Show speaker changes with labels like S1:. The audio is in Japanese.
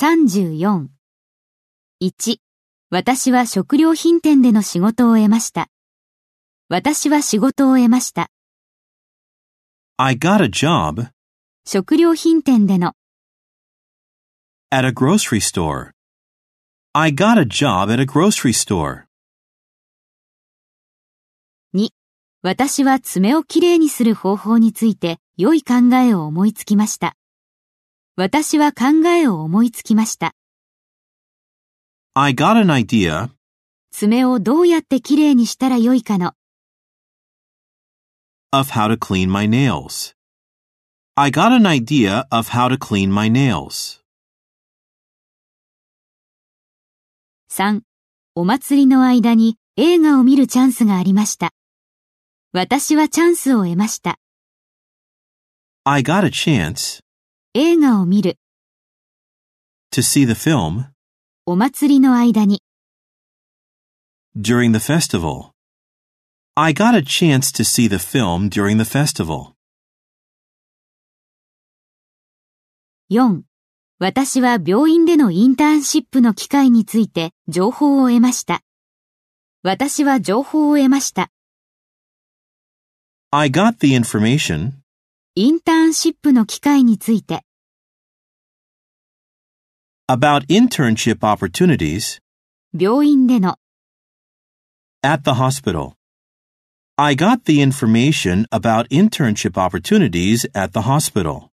S1: 34。1. 私は食料品店での仕事を得ました。私は仕事を得ました。
S2: I got a job
S1: 食料品店での。
S2: at a grocery store. I got a job at a grocery store.
S1: 私は爪をきれいにする方法について良い考えを思いつきました。私は考えを思いつきました。
S2: I got an idea
S1: 爪をどうやってきれいにしたら良いかの。
S2: of how to clean my nails. I got an idea of how to clean my nails.
S1: 3. お祭りの間に映画を見るチャンスがありました。私はチャンスを得ました。
S2: I got a chance
S1: 映画を見る、
S2: to see the film
S1: お祭りの間に。
S2: during the festival. I got a chance to see the film during the festival.
S1: 4. 私は病院でのインターンシップの機会について情報を得ました。私は情報を得ました。
S2: I got the information
S1: インターンシップの機会について、
S2: about internship opportunities
S1: 病院での、
S2: at the hospital. I got the information about internship opportunities at the hospital.